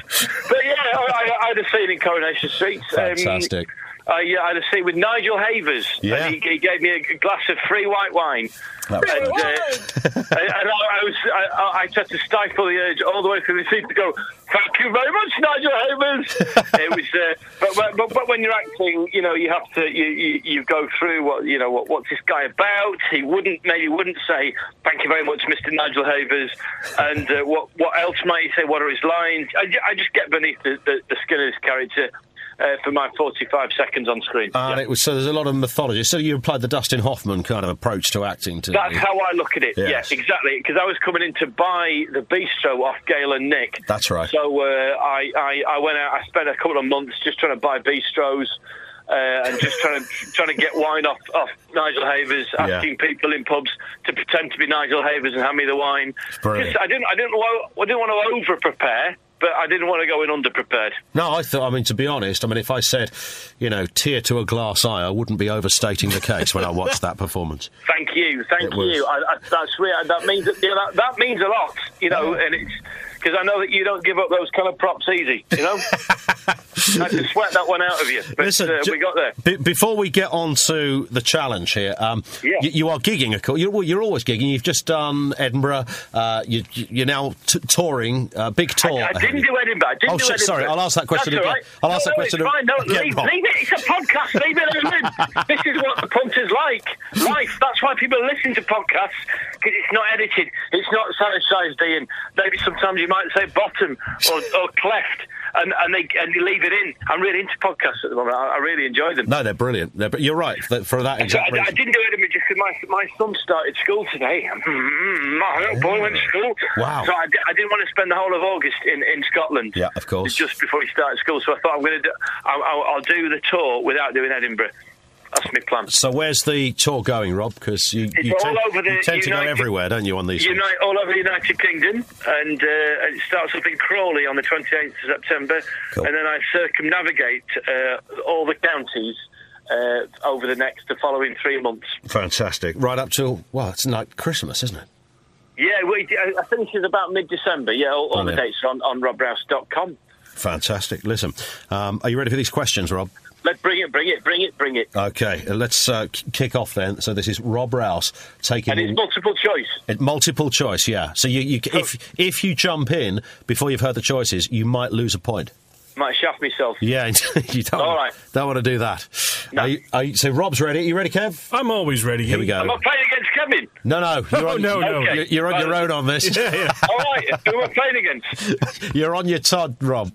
Speaker 12: But yeah, I, I, I had a scene in Coronation Street. um,
Speaker 5: Fantastic.
Speaker 12: I, yeah, I had a scene with Nigel Havers,
Speaker 5: Yeah.
Speaker 12: and he, he gave me a glass of free white wine.
Speaker 5: That
Speaker 12: And,
Speaker 5: was
Speaker 12: uh, and and I, I was, I, I, I tried to stifle the urge all the way through the scene to go, "Thank you very much, Nigel Havers." it was, uh, but, but, but but when you're acting, you know, you have to, you, you, you go through what you know, what, what's this guy about? He wouldn't, maybe wouldn't say, "Thank you very much, Mr. Nigel Havers," and uh, what what else might he say? What are his lines? I, ju- I just get beneath the, the, the skin of this character. Uh, for my 45 seconds on screen.
Speaker 5: And Um, it was so there's a lot of mythology. So you applied the Dustin Hoffman kind of approach to acting to
Speaker 12: That's how I look at it. Yeah, exactly. Because I was coming in to buy the bistro off Gail and Nick.
Speaker 5: That's right.
Speaker 12: So uh, I, I, I went out. I spent a couple of months just trying to buy bistros. Uh, and just trying to trying to get wine off, off Nigel Havers,
Speaker 5: Yeah.
Speaker 12: asking people in pubs to pretend to be Nigel Havers and hand me the wine.
Speaker 5: brilliant.
Speaker 12: Just- I didn't I didn't wa- I didn't want to over prepare, but I didn't want to go in under prepared.
Speaker 5: No, I thought. I mean, to be honest, I mean, if I said, you know, tear to a glass eye, I wouldn't be overstating the case when I watched that performance.
Speaker 12: Thank you, thank
Speaker 5: It was.
Speaker 12: you. I, I, that's real. That means you know, that, that means a lot, you know. And it's because I know that you don't give up those kind of props easy, you know. I had to sweat that one out of you, but
Speaker 5: Listen,
Speaker 12: uh,
Speaker 5: ju-
Speaker 12: we got there.
Speaker 5: Be- before we get on to the challenge here, um,
Speaker 12: Yeah.
Speaker 5: y- you are gigging, of course. You're, well, you're always gigging. You've just done Edinburgh. Uh, you, you're now t- touring, uh, big tour.
Speaker 12: I didn't do Edinburgh. I didn't
Speaker 5: oh,
Speaker 12: do
Speaker 5: shit,
Speaker 12: Edinburgh.
Speaker 5: sorry. I'll ask that question
Speaker 12: That's all
Speaker 5: again.
Speaker 12: right.
Speaker 5: I'll ask
Speaker 12: No,
Speaker 5: that
Speaker 12: no,
Speaker 5: question
Speaker 12: It's fine. No,
Speaker 5: again.
Speaker 12: leave,
Speaker 5: Bob.
Speaker 12: leave it. It's a podcast. Leave it alone. this is what the punt is like. Life. That's why people listen to podcasts because it's not edited. It's not sanitized, Ian. Maybe sometimes you might say bottom or, or cleft. and, and they and you leave it in. I'm really into podcasts at the moment. I, I really enjoy them.
Speaker 5: No, they're brilliant. They're, but you're right for, for that
Speaker 12: So I,
Speaker 5: exact
Speaker 12: I
Speaker 5: reason.
Speaker 12: didn't do it just because my, my son started school today. Mm-hmm. My little boy went to school.
Speaker 5: Oh. Wow.
Speaker 12: So I, di- I didn't want to spend the whole of August in, in Scotland.
Speaker 5: Yeah, of course.
Speaker 12: Just before he started school. So I thought I'm going to do, I'll, I'll, I'll do the tour without doing Edinburgh. That's my plan.
Speaker 5: So where's the tour going, Rob? Because you,
Speaker 12: It's
Speaker 5: you,
Speaker 12: all
Speaker 5: tend,
Speaker 12: over the
Speaker 5: you tend to go
Speaker 12: United-
Speaker 5: everywhere, don't you, on these things?
Speaker 12: Unite all over the United Kingdom, and, uh, and it starts up in Crawley on the 28th of September, and then I circumnavigate uh, all the counties uh, over the next, the following three months.
Speaker 5: Fantastic. Right up till, well, it's like Christmas, isn't it?
Speaker 12: Yeah, we, I I think it's about mid-December. Yeah, all, all the
Speaker 5: Brilliant.
Speaker 12: dates are on, on robrouse.com.
Speaker 5: Fantastic. Listen, um, are you ready for these questions, Rob?
Speaker 12: Let's bring it, bring it, bring it, bring it.
Speaker 5: Okay, uh, let's uh, k- kick off then. So this is Rob Rouse taking
Speaker 12: And it's
Speaker 5: in-
Speaker 12: multiple choice.
Speaker 5: it- multiple choice. Yeah. So you, you c- if if you jump in before you've heard the choices, you might lose a point.
Speaker 12: Might shaft myself.
Speaker 5: Yeah, you don't. All right. Don't want to do that. Are you, are you, so Rob's ready. Are you ready, Kev?
Speaker 7: I'm always ready.
Speaker 5: Here we go.
Speaker 12: I'm not playing against Kevin.
Speaker 5: No, Oh, no, you're on,
Speaker 7: no, no.
Speaker 5: You're, you're on your own on this.
Speaker 12: all right, who am I playing against?
Speaker 5: You're on your Todd, Rob.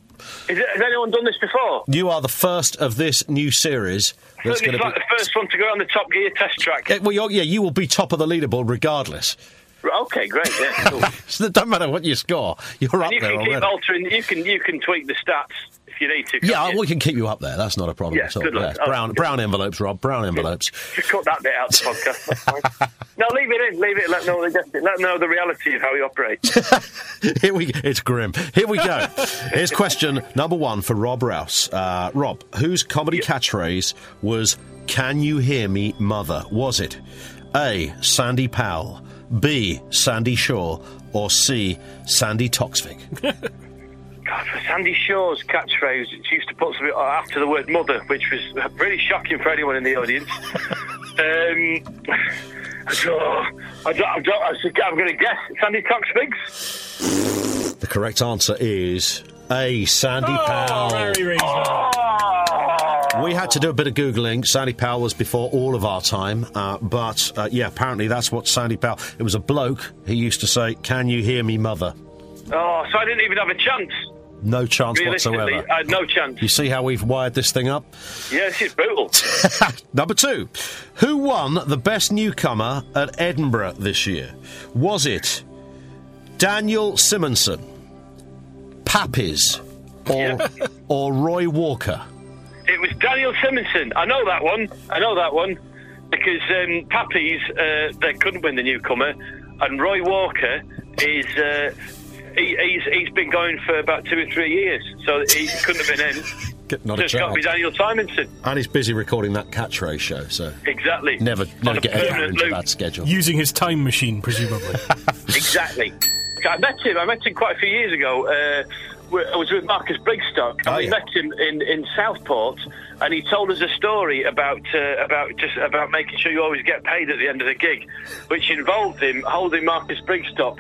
Speaker 12: Is it, has anyone done this before?
Speaker 5: You are the first of this new series. That's
Speaker 12: Certainly
Speaker 5: going
Speaker 12: it's
Speaker 5: to
Speaker 12: like
Speaker 5: be.
Speaker 12: the first one to go on the Top Gear test track.
Speaker 5: Yeah, well, you're, yeah, you will be top of the leaderboard regardless.
Speaker 12: Right, Okay, great. Yeah, cool.
Speaker 5: So it doesn't matter what you score. You're up
Speaker 12: you
Speaker 5: there
Speaker 12: can keep
Speaker 5: already.
Speaker 12: altering. You can you can tweak the stats if you need to. can't
Speaker 5: Yeah,
Speaker 12: you?
Speaker 5: we can keep you up there. That's not a problem
Speaker 12: Yeah,
Speaker 5: at all.
Speaker 12: good luck. Oh,
Speaker 5: brown,
Speaker 12: good.
Speaker 5: brown envelopes, Rob. Brown envelopes.
Speaker 12: Just cut that bit out of the podcast. that's fine. no, leave it in. Leave it. Let know the let know the reality of how he operates.
Speaker 5: Here we. It's grim. Here we go. Here's question number one for Rob Rouse. Uh, Rob, whose comedy catchphrase was "Can you hear me, mother"? Was it A. Sandy Powell, B. Sandy Shaw, or C. Sandy Toxvig?
Speaker 12: God, for Sandy Shaw's catchphrase, she used to put something after the word mother, which was really shocking for anyone in the audience. um, I don't, I don't, I don't, I think I'm going to guess Sandy Toxvigs.
Speaker 5: The correct answer is A. Sandy Powell. We had to do a bit of googling. Sandy Powell was before all of our time, uh, but uh, yeah, apparently that's what Sandy Powell. It was a bloke who used to say, "Can you hear me, mother?"
Speaker 12: Oh, so I didn't even have a chance.
Speaker 5: No chance
Speaker 12: Realistically, uh,
Speaker 5: whatsoever.
Speaker 12: I had no chance.
Speaker 5: You see how we've wired this thing up?
Speaker 12: Yeah, this is brutal.
Speaker 5: Number two, who won the best newcomer at Edinburgh this year? Was it Daniel Simonson, Pappies, or or Roy Walker?
Speaker 12: It was Daniel Simonson. I know that one. I know that one because um, Pappies uh, they couldn't win the newcomer, and Roy Walker is uh, he, he's he's been going for about two or three years, so he couldn't have been him.
Speaker 5: Not
Speaker 12: so
Speaker 5: a
Speaker 12: it's got to be
Speaker 5: chance.
Speaker 12: Daniel Simonson.
Speaker 5: And he's busy recording that catchphrase show, so
Speaker 12: Exactly.
Speaker 5: never
Speaker 12: On
Speaker 5: never
Speaker 12: a
Speaker 5: get Edinburgh
Speaker 12: permanent
Speaker 5: into
Speaker 12: loop.
Speaker 5: that schedule.
Speaker 7: Using his time machine, presumably.
Speaker 12: Exactly. I met him. I met him quite a few years ago. Uh, we- I was with Marcus Brigstock, and
Speaker 5: Oh,
Speaker 12: we
Speaker 5: yeah.
Speaker 12: met him in, in Southport, and he told us a story about uh, about just about making sure you always get paid at the end of the gig, which involved him holding Marcus Brigstock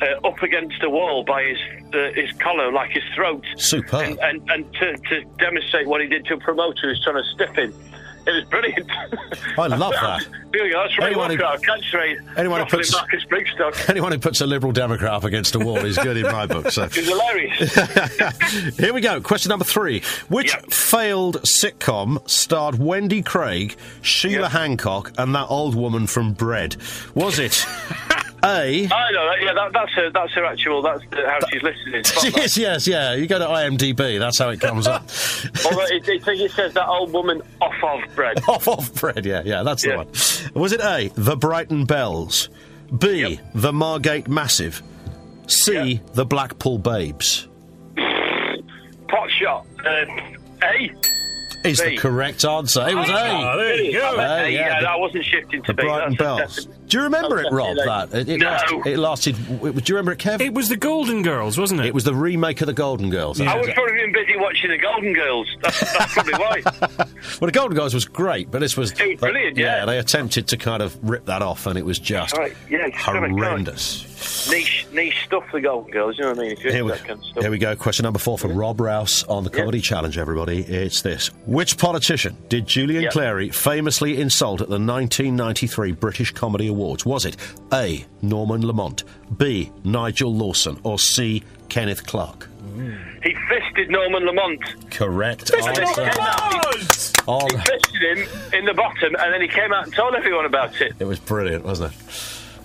Speaker 12: uh, up against a wall by his uh, his collar, like his throat,
Speaker 5: Superb.
Speaker 12: and and, and to, to demonstrate what he did to a promoter who's trying to stiff him. It was brilliant.
Speaker 5: I love that.
Speaker 12: There we go. That's right.
Speaker 5: Anyone who-
Speaker 12: Walker, our catchphrase.
Speaker 5: anyone who
Speaker 12: Properly
Speaker 5: puts-
Speaker 12: Marcus Brigstock.
Speaker 5: Anyone who puts a Liberal Democrat up against a wall is good in my book. So
Speaker 12: It's hilarious.
Speaker 5: Here we go. Question number three. Which failed sitcom starred Wendy Craig, Sheila Hancock, and that old woman from Bread? Was it A?
Speaker 12: I know. that- Yeah, that, that's her. That's her actual. That's the- how she's listed in Spotlight.
Speaker 5: yes, yes, yeah. You go to IMDb, that's how it comes up.
Speaker 12: Although it, it, it says that old woman off of bread.
Speaker 5: off, off Bread, yeah, yeah, that's
Speaker 12: Yeah.
Speaker 5: the one. Was it A, The Brighton Bells? B, The Margate Massive? C, The Blackpool Babes?
Speaker 12: Pot shot. Uh, a.
Speaker 5: Is the
Speaker 12: B.
Speaker 5: correct answer. It was A.
Speaker 12: I meant
Speaker 5: A,
Speaker 12: A,
Speaker 5: yeah,
Speaker 12: yeah,
Speaker 5: the-
Speaker 12: I wasn't shifting to
Speaker 5: The
Speaker 12: B.
Speaker 5: Brighton
Speaker 12: That's
Speaker 5: Bells. Do you remember it,
Speaker 12: that's
Speaker 5: Rob?
Speaker 12: definitely-
Speaker 5: That it, it
Speaker 12: No.
Speaker 5: lasted. It lasted. It, do you remember it, Kev?
Speaker 7: It was the Golden Girls, wasn't it?
Speaker 5: It was the remake of the Golden Girls.
Speaker 12: I was probably been busy watching the Golden Girls. That's, that's probably why.
Speaker 5: well, the Golden Girls was great, but this was.
Speaker 12: It was brilliant, yeah.
Speaker 5: they attempted to kind of rip that off, and it was just
Speaker 12: Right, yeah, it's kind of
Speaker 5: horrendous.
Speaker 12: niche, niche stuff. The Golden Girls. You know what I mean? If you're
Speaker 5: Here
Speaker 12: into
Speaker 5: we,
Speaker 12: that kind of stuff.
Speaker 5: here we go. Question number four from Rob Rouse on the Comedy Challenge, everybody. It's this. Which politician did Julian
Speaker 12: Yeah.
Speaker 5: Clary famously insult at the 1993 British Comedy Awards? Was it A. Norman Lamont, B. Nigel Lawson, or C. Kenneth Clark?
Speaker 12: He fisted bested Norman Lamont.
Speaker 5: Correct
Speaker 12: And then he
Speaker 5: answer.
Speaker 12: came out, he-
Speaker 5: On.
Speaker 12: He bested him in the bottom, and then he came out and told everyone about it.
Speaker 5: It was brilliant, wasn't it?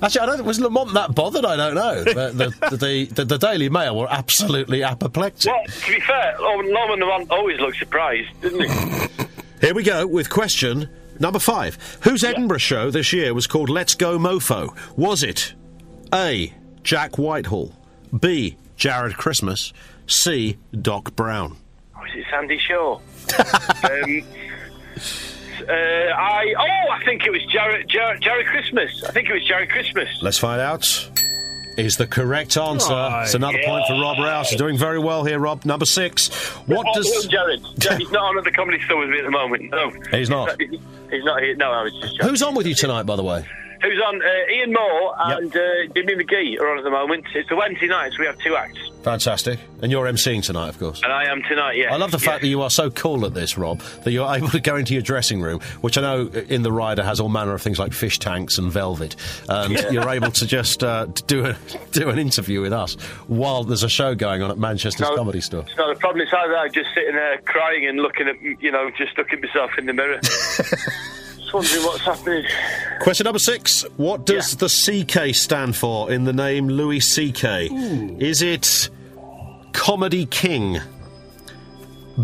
Speaker 5: Actually, I don't think was Lamont that bothered. I don't know. The, the, the, the, the Daily Mail were absolutely apoplectic.
Speaker 12: Well, to be fair, oh, Norman Lamont always looked surprised, didn't he?
Speaker 5: Here we go with question number five. Whose Edinburgh show this year was called Let's Go Mofo? Was it A. Jack Whitehall, B. Jared Christmas, C. Doc Brown?
Speaker 12: Was it Sandy Shaw? um, uh, I oh, I think it was Jared, Jared, Jared Christmas. I think it was Jared Christmas.
Speaker 5: Let's find out. Is the correct answer.
Speaker 12: Aye.
Speaker 5: It's another point for Rob Rouse. You're doing very well here, Rob. Number six. What
Speaker 12: Oh,
Speaker 5: does.
Speaker 12: hello, Jared? Jared, He's not on at the comedy store with me at the moment. No,
Speaker 5: He's not.
Speaker 12: He's not here. No, I was just.
Speaker 5: Who's on with you tonight, by the way?
Speaker 12: Who's on? Uh, Ian Moore and uh, Jimmy McGee are on at the moment. It's the Wednesday nights. We have two acts,
Speaker 5: Fantastic. And you're emceeing tonight, of course.
Speaker 12: and I am tonight. Yeah.
Speaker 5: I love the fact that you are so cool at this, Rob, that you're able to go into your dressing room, which I know in the rider has all manner of things like fish tanks and velvet, and
Speaker 14: Yeah.
Speaker 5: you're able to just uh, t- do a, do an interview with us while there's a show going on at Manchester's
Speaker 12: No.
Speaker 5: Comedy Store.
Speaker 12: It's not a problem. It's either I'm just sitting there crying and looking at, you know, just looking myself in the mirror. just wondering what's happening.
Speaker 5: Question number six: What does the CK stand for in the name Louis CK?
Speaker 12: Ooh.
Speaker 5: Is it Comedy King?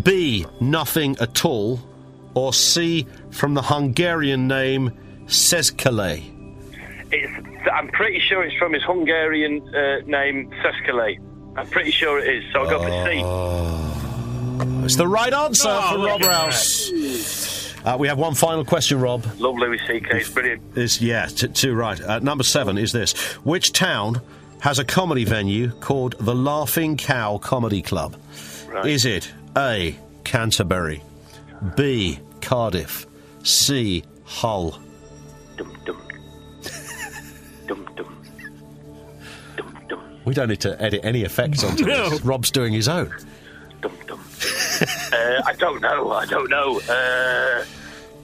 Speaker 5: B. Nothing at all, or C. From the Hungarian name Seskale?
Speaker 12: It's, I'm pretty sure it's from his Hungarian uh, name, Seskale. I'm pretty sure it is. So I'll go for C.
Speaker 5: Oh. It's the right answer
Speaker 12: Oh,
Speaker 5: for
Speaker 12: look
Speaker 5: Rob
Speaker 12: at
Speaker 5: Rouse. Uh, we have one final question, Rob.
Speaker 12: Love Louis C.K. It's brilliant.
Speaker 5: Is yeah, t- two right. Uh, number seven is this: Which town has a comedy venue called the Laughing Cow Comedy Club? Is it A. Canterbury, B. Cardiff, C. Hull? We don't need to edit any effects onto
Speaker 12: No.
Speaker 5: this. Rob's doing his own.
Speaker 12: uh, I don't know. I don't know. Uh,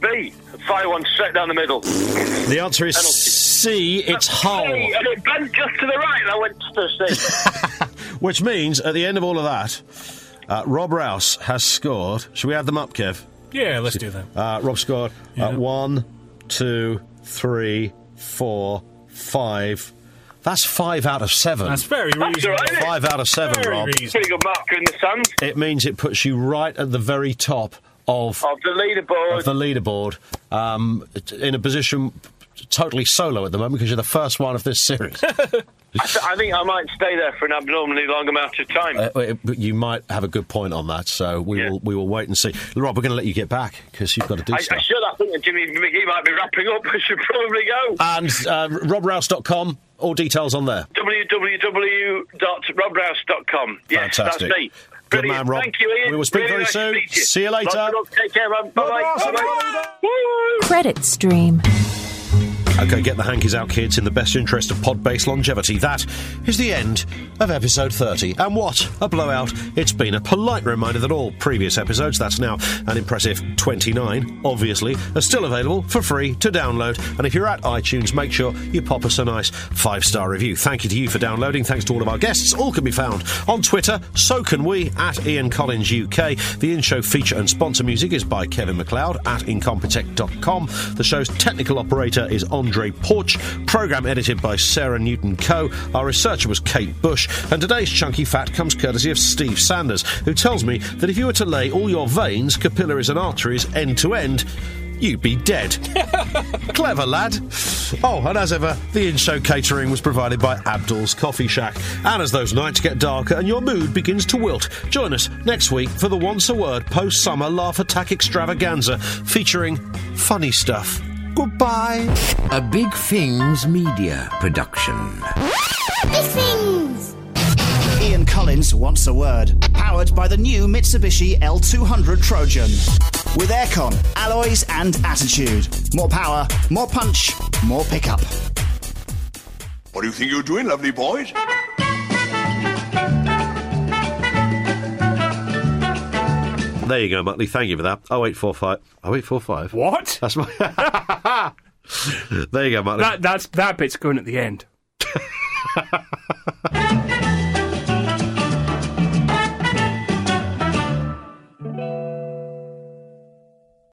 Speaker 12: B. Fire one straight down the middle.
Speaker 5: The answer is C. It's Hull.
Speaker 12: Hey, and it bent just to the right, and I went to C.
Speaker 5: Which means at the end of all of that, uh, Rob Rouse has scored. Should we add them up, Kev?
Speaker 15: Yeah, let's do that.
Speaker 5: Uh, Rob scored uh, one, two, three, four, five. That's five out of seven.
Speaker 15: That's very That's reasonable. all right, isn't it?
Speaker 5: Five out of seven,
Speaker 15: Very
Speaker 5: Rob.
Speaker 15: reasonable.
Speaker 12: Pretty good marker in the sand.
Speaker 5: It means it puts you right at the very top of
Speaker 12: Of the leaderboard.
Speaker 5: of the leaderboard um, t- in a position totally solo at the moment because you're the first one of this series.
Speaker 12: I, th- I think I might stay there for an abnormally long amount of time.
Speaker 5: Uh, it- but you might have a good point on that, so we will we will wait and see. Rob, we're going to let you get back because you've got to do
Speaker 12: I,
Speaker 5: stuff.
Speaker 12: I should. I think that Jimmy McGee might be wrapping up. I should probably go.
Speaker 5: and uh, robrouse.com, all details on there.
Speaker 12: www.robrouse.com. Yes,
Speaker 5: Fantastic.
Speaker 12: that's me.
Speaker 5: Good man, Rob.
Speaker 12: Thank you, Ian.
Speaker 5: We will speak very
Speaker 12: Really nice to
Speaker 5: soon.
Speaker 12: meet you.
Speaker 5: See you later.
Speaker 12: Lots of love. Take care, man. Bye bye.
Speaker 3: Credit stream.
Speaker 5: Okay, get the hankies out, kids, in the best interest of pod based longevity. That is the end of episode 30. And what a blowout! It's been a polite reminder that all previous episodes, that's now an impressive 29, obviously, are still available for free to download. And if you're at iTunes, make sure you pop us a nice five star review. Thank you to you for downloading. Thanks to all of our guests. All can be found on Twitter. So can we at Ian Collins UK. The in show feature and sponsor music is by Kevin McLeod at incompetech.com. The show's technical operator is Andre Porch. Program edited by Sarah Newton Coe. Our researcher was Kate Bush. And today's chunky fat comes courtesy of Steve Sanders, who tells me that if you were to lay all your veins, capillaries, and arteries end to end, you'd be dead. Clever lad. Oh, and as ever, the in show catering was provided by Abdul's Coffee Shack. And as those nights get darker and your mood begins to wilt, join us next week for the Once a Word post summer laugh attack extravaganza featuring funny stuff. Goodbye.
Speaker 2: A Big Things Media Production.
Speaker 1: Ian Collins wants a word. Powered by the new Mitsubishi L200 Trojan. With aircon, alloys, and attitude. More power, more punch, more pickup.
Speaker 6: What do you think you're doing, lovely boys?
Speaker 5: There you go, Muttley. Thank you for that. 0845. 0845.
Speaker 7: What?
Speaker 5: That's my. there you go, Muttley.
Speaker 7: That, that's, that bit's going at the end.